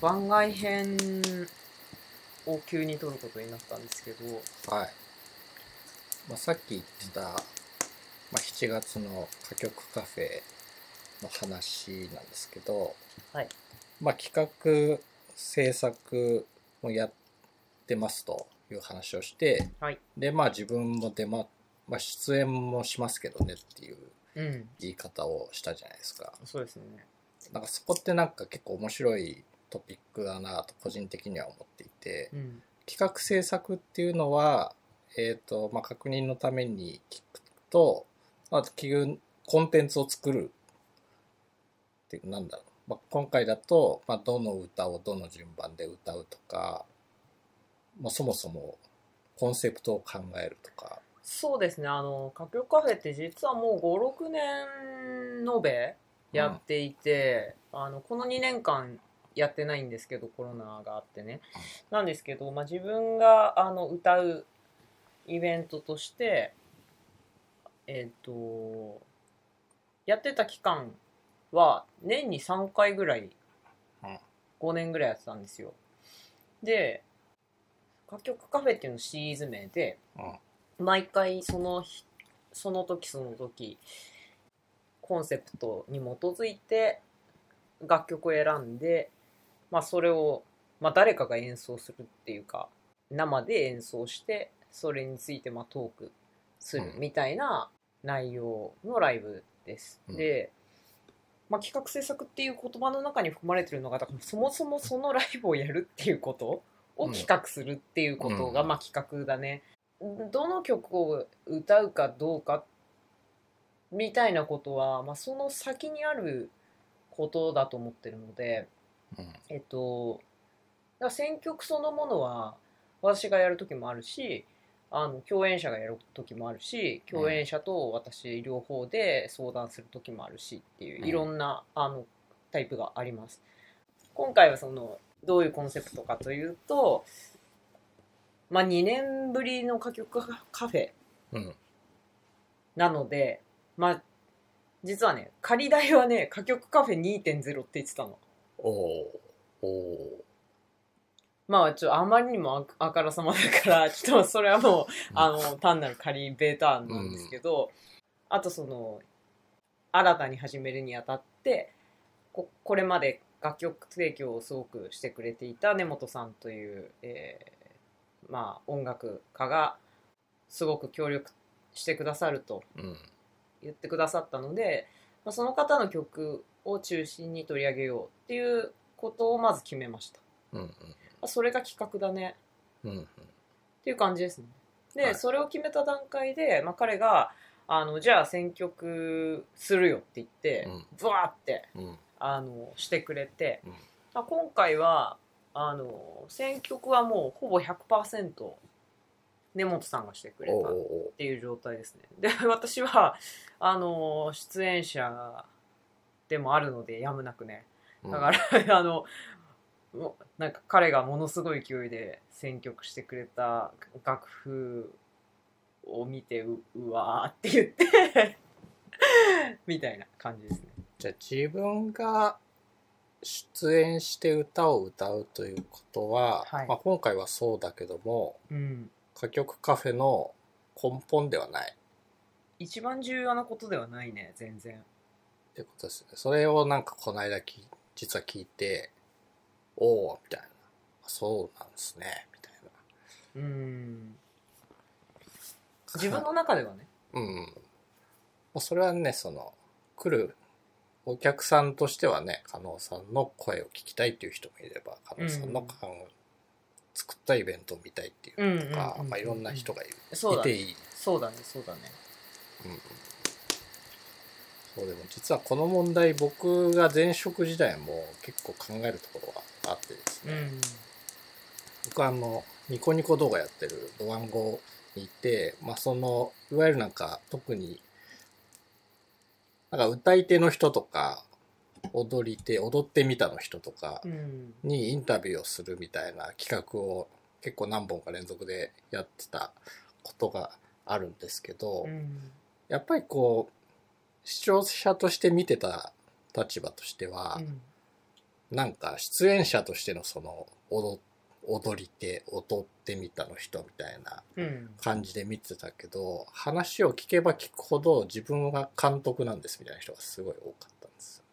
番外編を急に撮ることになったんですけど、はい。まあ、さっき言ってた、まあ、7月の歌曲カフェの話なんですけど、はいまあ、企画、制作もやってますという話をして、はいで、まあ、自分も出ま、まあ、出演もしますけどねっていううん、言い方をしたじゃないですか。そうですね。なんかそこってなんか結構面白いトピックだなと個人的には思っていて、うん、企画制作っていうのは、えーとまあ、確認のために聞くと、まあ、企業コンテンツを作るっていうなんだろう、まあ、今回だと、まあ、どの歌をどの順番で歌うとか、まあ、そもそもコンセプトを考えるとかそうですね、あの、歌曲カフェって実はもう5、6年延べやっていて、あの、この2年間やってないんですけど、コロナがあってね。なんですけど、まあ、自分があの歌うイベントとして、えっ、と、やってた期間は年に3回ぐらいうん、 5年ぐらいやってたんですよ。で、歌曲カフェっていうのシリーズ名で、毎回その日その時その時コンセプトに基づいて楽曲を選んで、まあ、それを、まあ、誰かが演奏するっていうか生で演奏してそれについてまあトークするうんみたいな内容のライブです。うんで、まあ、企画制作っていう言葉の中に含まれてるのがだからそもそもそのライブをやるっていうことを企画するっていうことが、うんまあ、企画だね。どの曲を歌うかどうかみたいなことは、まあ、その先にあることだと思ってるので、うんうんえっと、だから選曲そのものは私がやる時もあるしあの共演者がやる時もあるし共演者と私両方で相談する時もあるしっていううんいろんなあのタイプがあります。今回はそのどういうコンセプトかというと、まあ、2年ぶりの歌曲カフェうんなので、まあ、実はね、仮代はね、歌曲カフェ2.0って言ってたの。おおおおまあ、ちょっとあまりにもああからさまだから、ちょっとそれはもう、あの、単なる仮ベータ案なんですけど、あとその、新たに始めるにあたって、ここれまで楽曲提供をすごくしてくれていた根本さんという、えーまあ、音楽家が、すごく協力してくださるとうん言ってくださったので、まあ、その方の曲を中心に取り上げようっていうことをまず決めましたうんうんまあそれが企画だねうんうんっていう感じですねで、はいそれを決めた段階で、まあ、彼があのじゃあ選曲するよって言って、うんブワーってうんあのしてくれて、うんまあ、今回はあの選曲はもうほぼ100%根本さんがしてくれおたおっていう状態ですねで私はあの出演者でもあるのでやむなくねおだから、 あのもうなんか彼がものすごい勢いで選曲してくれた楽譜を見てううわーって言って みたいな感じですねじゃあ自分が出演して歌を歌うということは、はいまあ、今回はそうだけどもうん歌曲カフェの根本ではない一番重要なことではないね全然ってことですねそれをなんかこの間き実は聞いておおみたいなそうなんですねみたいなうん自分の中ではね うんもうそれはねその来るお客さんとしてはね加納さんの声を聞きたいっていう人もいれば加納さんのかん作ったイベントを見たいっていう人とか、うんうんうんうんうんまあ、いろんな人がいるそうだいてねいいそうだねそうだねそうでも実はこの問題僕が前職時代も結構考えるところがあってですうね、ん僕はあのニコニコ動画やってるドワンゴにいて、まあ、そのいわゆるなんか特になんか歌い手の人とか踊り手踊ってみたの人とかうんにインタビューをするみたいな企画を結構何本か連続でやってたことがあるんですけど、うんやっぱりこう視聴者として見てた立場としては、うんなんか出演者としてのその踊踊り手踊ってみたの人みたいなうん。感じで見てたけど話を聞けば聞くほど自分が監督なんですみたいな人がすごい多かったんですよ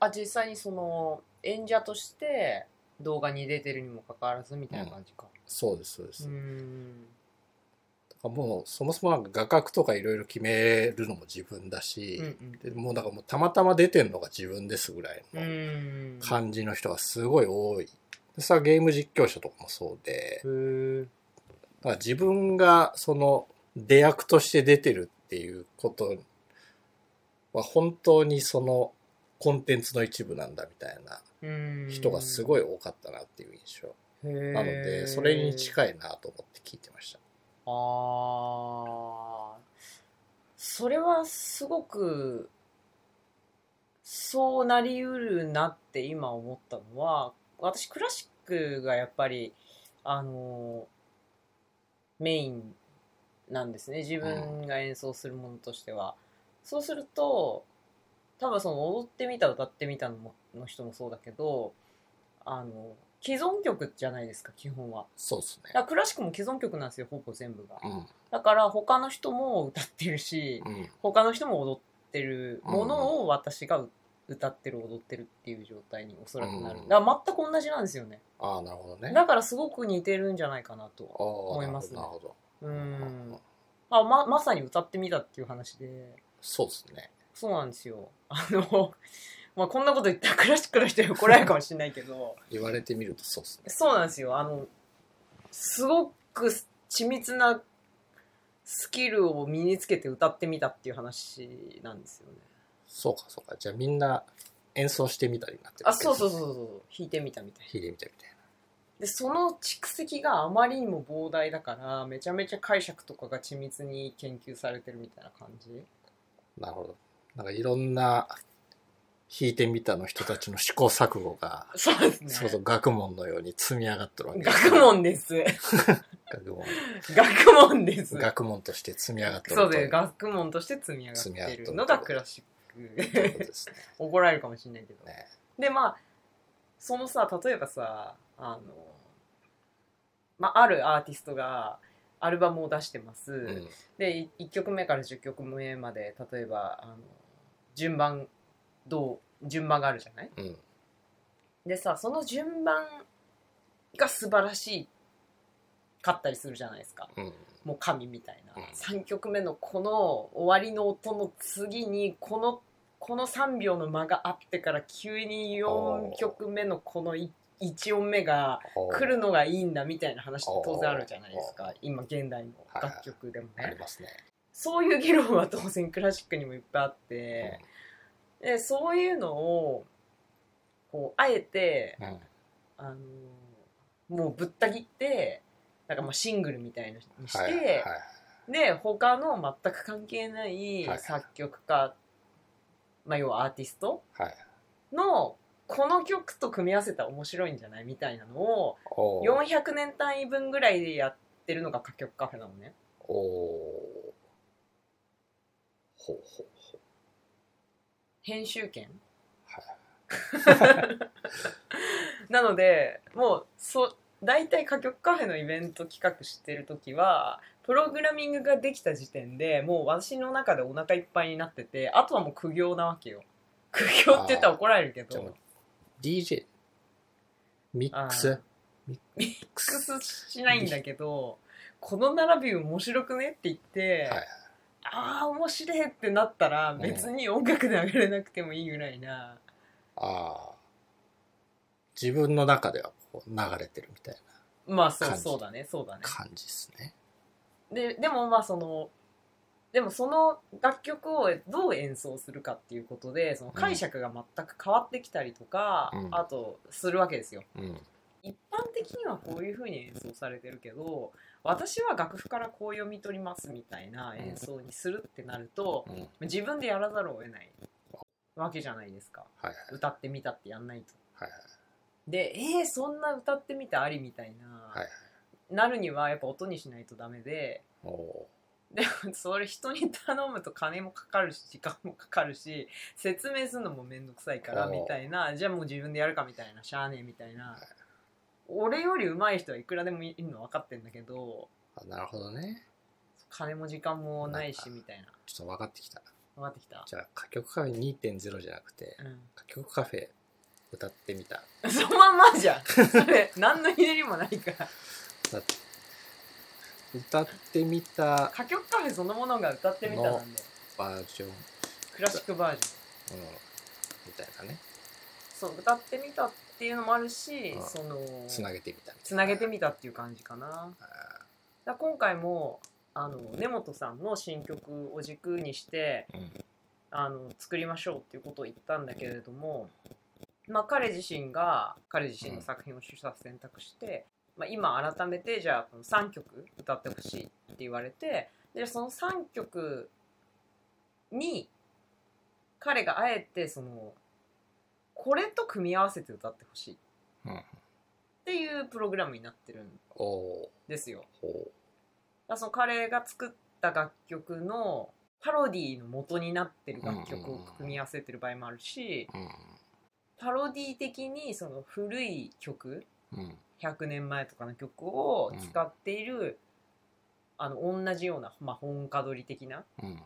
あ、実際にその、演者として動画に出てるにもかかわらずみたいな感じか。そうですそうです、うだん。からもうそもそもなんか画角とかいろいろ決めるのも自分だし、うんうんでもうなんかもうたまたま出てんのが自分ですぐらいうのん。感じの人がすごい多い。でそれはゲーム実況者とかもそうで、へーだから自分がその出役として出てるっていうことは本当にそのコンテンツの一部なんだみたいなうん。人がすい。ごい多かったなっていう印象なのでそれにい。近いなと思って聞いてました。ああ。それはすごく、そうなりうるなって今思ったのは、私クラシックがやっぱり、あのメインなんですね。自分が演奏するものとしては。そうすると、多分その踊ってみた、歌ってみたのもの人もそうだけど、あの、既存曲じゃないですか、基本は。そうですだかね。らクラシックも既存曲なんですよ、ほぼ全部が。うん。だから他の人も歌ってるし、うん。他の人も踊ってるものを私がう歌ってる、踊ってるっていう状態におそらくなるう。んだから全く同じなんですよね。ああ、なるほどね。だからすごく似てるんじゃないかなと。ああ、思いますねなるほど。うなるほどん。あま、まさに歌ってみたっていう話で。そうですね。そうなんですよ。 あの、まあ、こんなこと言ったらク ラシックの人に怒られるかもしれないけど、言われてみるとそうですね。そうなんですよ。あの、すごく緻密なスキルを身につけて歌ってみたっていう話なんですよね。そうかそうか。じゃあみんな演奏してみたりになってるあ、そうそうそうう。そうそう。弾いてみたみたい。弾いてみたみたいな。で、その蓄積があまりにも膨大だから、めちゃめちゃ解釈とかが緻密に研究されてるみたいな感じ。なるほど。なんかいろんな弾いてみたの人たちの試行錯誤が、そうですね。そうそう、学問のように積み上がってるわけ学問です。 学問。学問です。学問として積み上がってるそうです。と学問として積み上がってるのがクラシッいうク。ことですね。怒られるかもしれないけど。ねで、まあ、そのさ、例えばさ、あの、まあ、あるアーティストがアルバムを出してます。うんで、1曲目から10曲目まで、例えば、あの、順番、どう、順番があるじゃないうんでさ、その順番が素晴らしいかったりするじゃないですか。うんもう神みたいな、うん3曲目のこの終わりの音の次にこのこの3秒の間があってから急に4曲目のこの1音目が来るのがいいんだみたいな話って当然あるじゃないですか今現代の楽曲でもありねますね。そういう議論は当然クラシックにもいっぱいあってでそういうのをこうあえてうんうんあのもうぶった切ってなんかまあシングルみたいなのにして。はいはいはいで他の全く関係ないはい作曲家、まあ、要はアーティストはいのこの曲と組み合わせたら面白いんじゃないみたいなのをおー400年単位分ぐらいでやってるのが歌曲カフェなのね。おーほうほうほう編集権はい なのでもうそ大体歌曲カフェのイベント企画してる時はプログラミングができた時点でもう私の中でお腹いっぱいになっててあとはもう苦行なわけよ苦行って言ったら怒られるけじゃあもどう DJ ミックあースミックミックスしないんだけどこの並び面白くねって言って、はいああ面白いってなったら別に音楽で上げれなくてもいいぐらいな、ああ。自分の中ではこう流れてるみたいなまあそう感じそうだねそうだね感じですね。ででもまあそのでもその楽曲をどう演奏するかっていうことでその解釈が全く変わってきたりとか、うんあとするわけですようん。一般的にはこういう風に演奏されてるけど私は楽譜からこう読み取りますみたいな演奏にするってなるとうん。はい自分でやらざるを得ないわけじゃないですかはい。歌ってみたってやんないと。はいでえー、そんな歌ってみたありみたいな、はい。はいはい。なるにはやっぱ音にしないとダメでおーでも それ人に頼むと金もかかるし時間もかかるし説明するのも面倒くさいからおうみたいなじゃあもう自分でやるかみたいなしゃあねえみたいな俺より上手い人はいくらでもいるの分かってんだけどあなるほどね。金も時間もないしなんかみたいなちょっと分かってきた。分かってきた、じゃあ、歌曲カフェ2.0じゃなくて、う歌曲カフェ歌ってみた。ん、 そのまんまじゃんそれ何のひねりもないから歌ってみた歌曲カフェそのものが歌ってみたなんでバージョン、うん、クラシックバージョンみたいなね。そう歌ってみたっていうのもあるしうんそのつなげてみたみたいな。つなげてみたっていう感じかなあだから今回もあの根本さんの新曲を軸にしてー。うん。あの作りましょうっていうことを言ったんだけれども、まあ、彼自身が彼自身の作品を主作選択して、まあ、今改めてじゃあこの3曲歌ってほしいって言われてでその3曲に彼があえてそのこれと組み合わせて歌ってほしいっうん、ていうプログラムになってるんおおですよ。ほだからその彼が作った楽曲のパロディーの元になってる楽曲を組み合わせてる場合もあるしう。うん。パロディー的にその古い曲うん。 100年前とかの曲を使っている、あの同じような、まあ、本歌取り的なうん。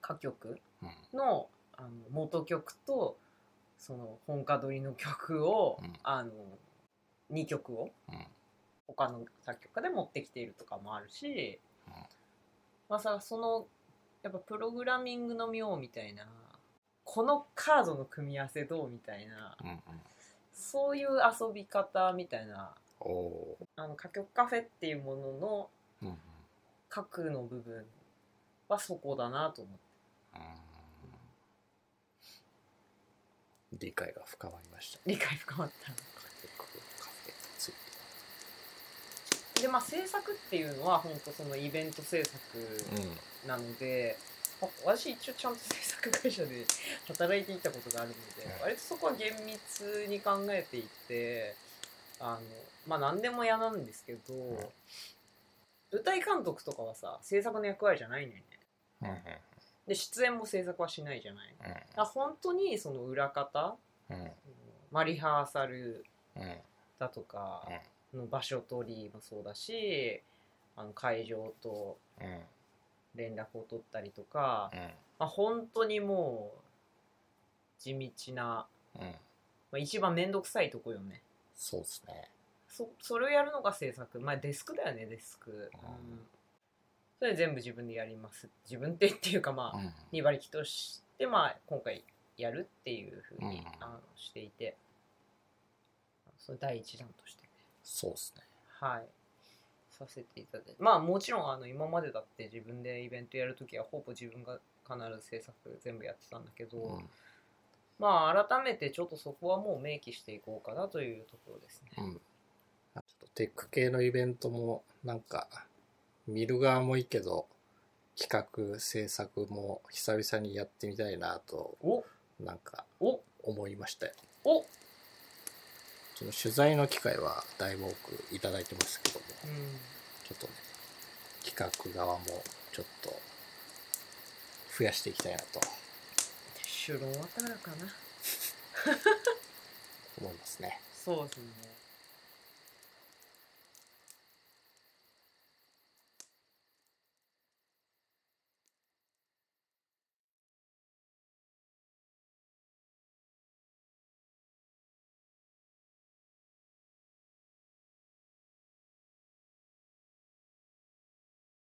歌曲うん。のあの元曲とその本歌取りの曲を、うんあの2曲をうん。他の作曲家で持ってきているとかもあるし、うんまあさそのやっぱプログラミングの妙みたいなこのカードの組み合わせどうみたいなうん。うん。そういう遊び方みたいなおおあの歌曲カフェっていうもののー。うん。核の部分はそこだなと思ってうん理解が深まりました。理解深まったカフェカフェについて。でまあ制作っていうのは本当そのイベント制作うん。なので、まあ私一応ちゃんと制作会社で 働いていたことがあるので、はい割とそこは厳密に考えていてあのまあ何でも嫌なんですけど、ん歌い監督とかはさ制作の役割じゃないのよねうん。うん。で出演も制作はしないじゃないあ本当にその裏方うん。まあリハーサルうん。だとかの場所取りもそうだしあの会場とうん。連絡を取ったりとか、うん。まあ、本当にもう地道な、うん。まあ、一番面倒くさいとこよねそうですね。そそれをやるのが制作まあデスクだよねデスク、ううんん、それ全部自分でやります自分でっていうかまあうん。 2馬力としてまあ今回やるっていうふうに、うんあのしていてそれ第一弾としてねそうですね。はいさせていただいてまあもちろんあの今までだって自分でイベントやるときはほぼ自分が必ず制作全部やってたんだけど、うん。まあ改めてちょっとそこはもう明記していこうかなというところですね。うん。ちょっとテック系のイベントも、なんか、見る側もいいけど、企画、制作も久々にやってみたいなと、おなんかお思いましたよ。お、うん、その取材の機会はだいぶ多くいただいてますけども、ちょっとね、企画側もちょっと増やしていきたいなと主論はたらかな。思いますね。そうですね。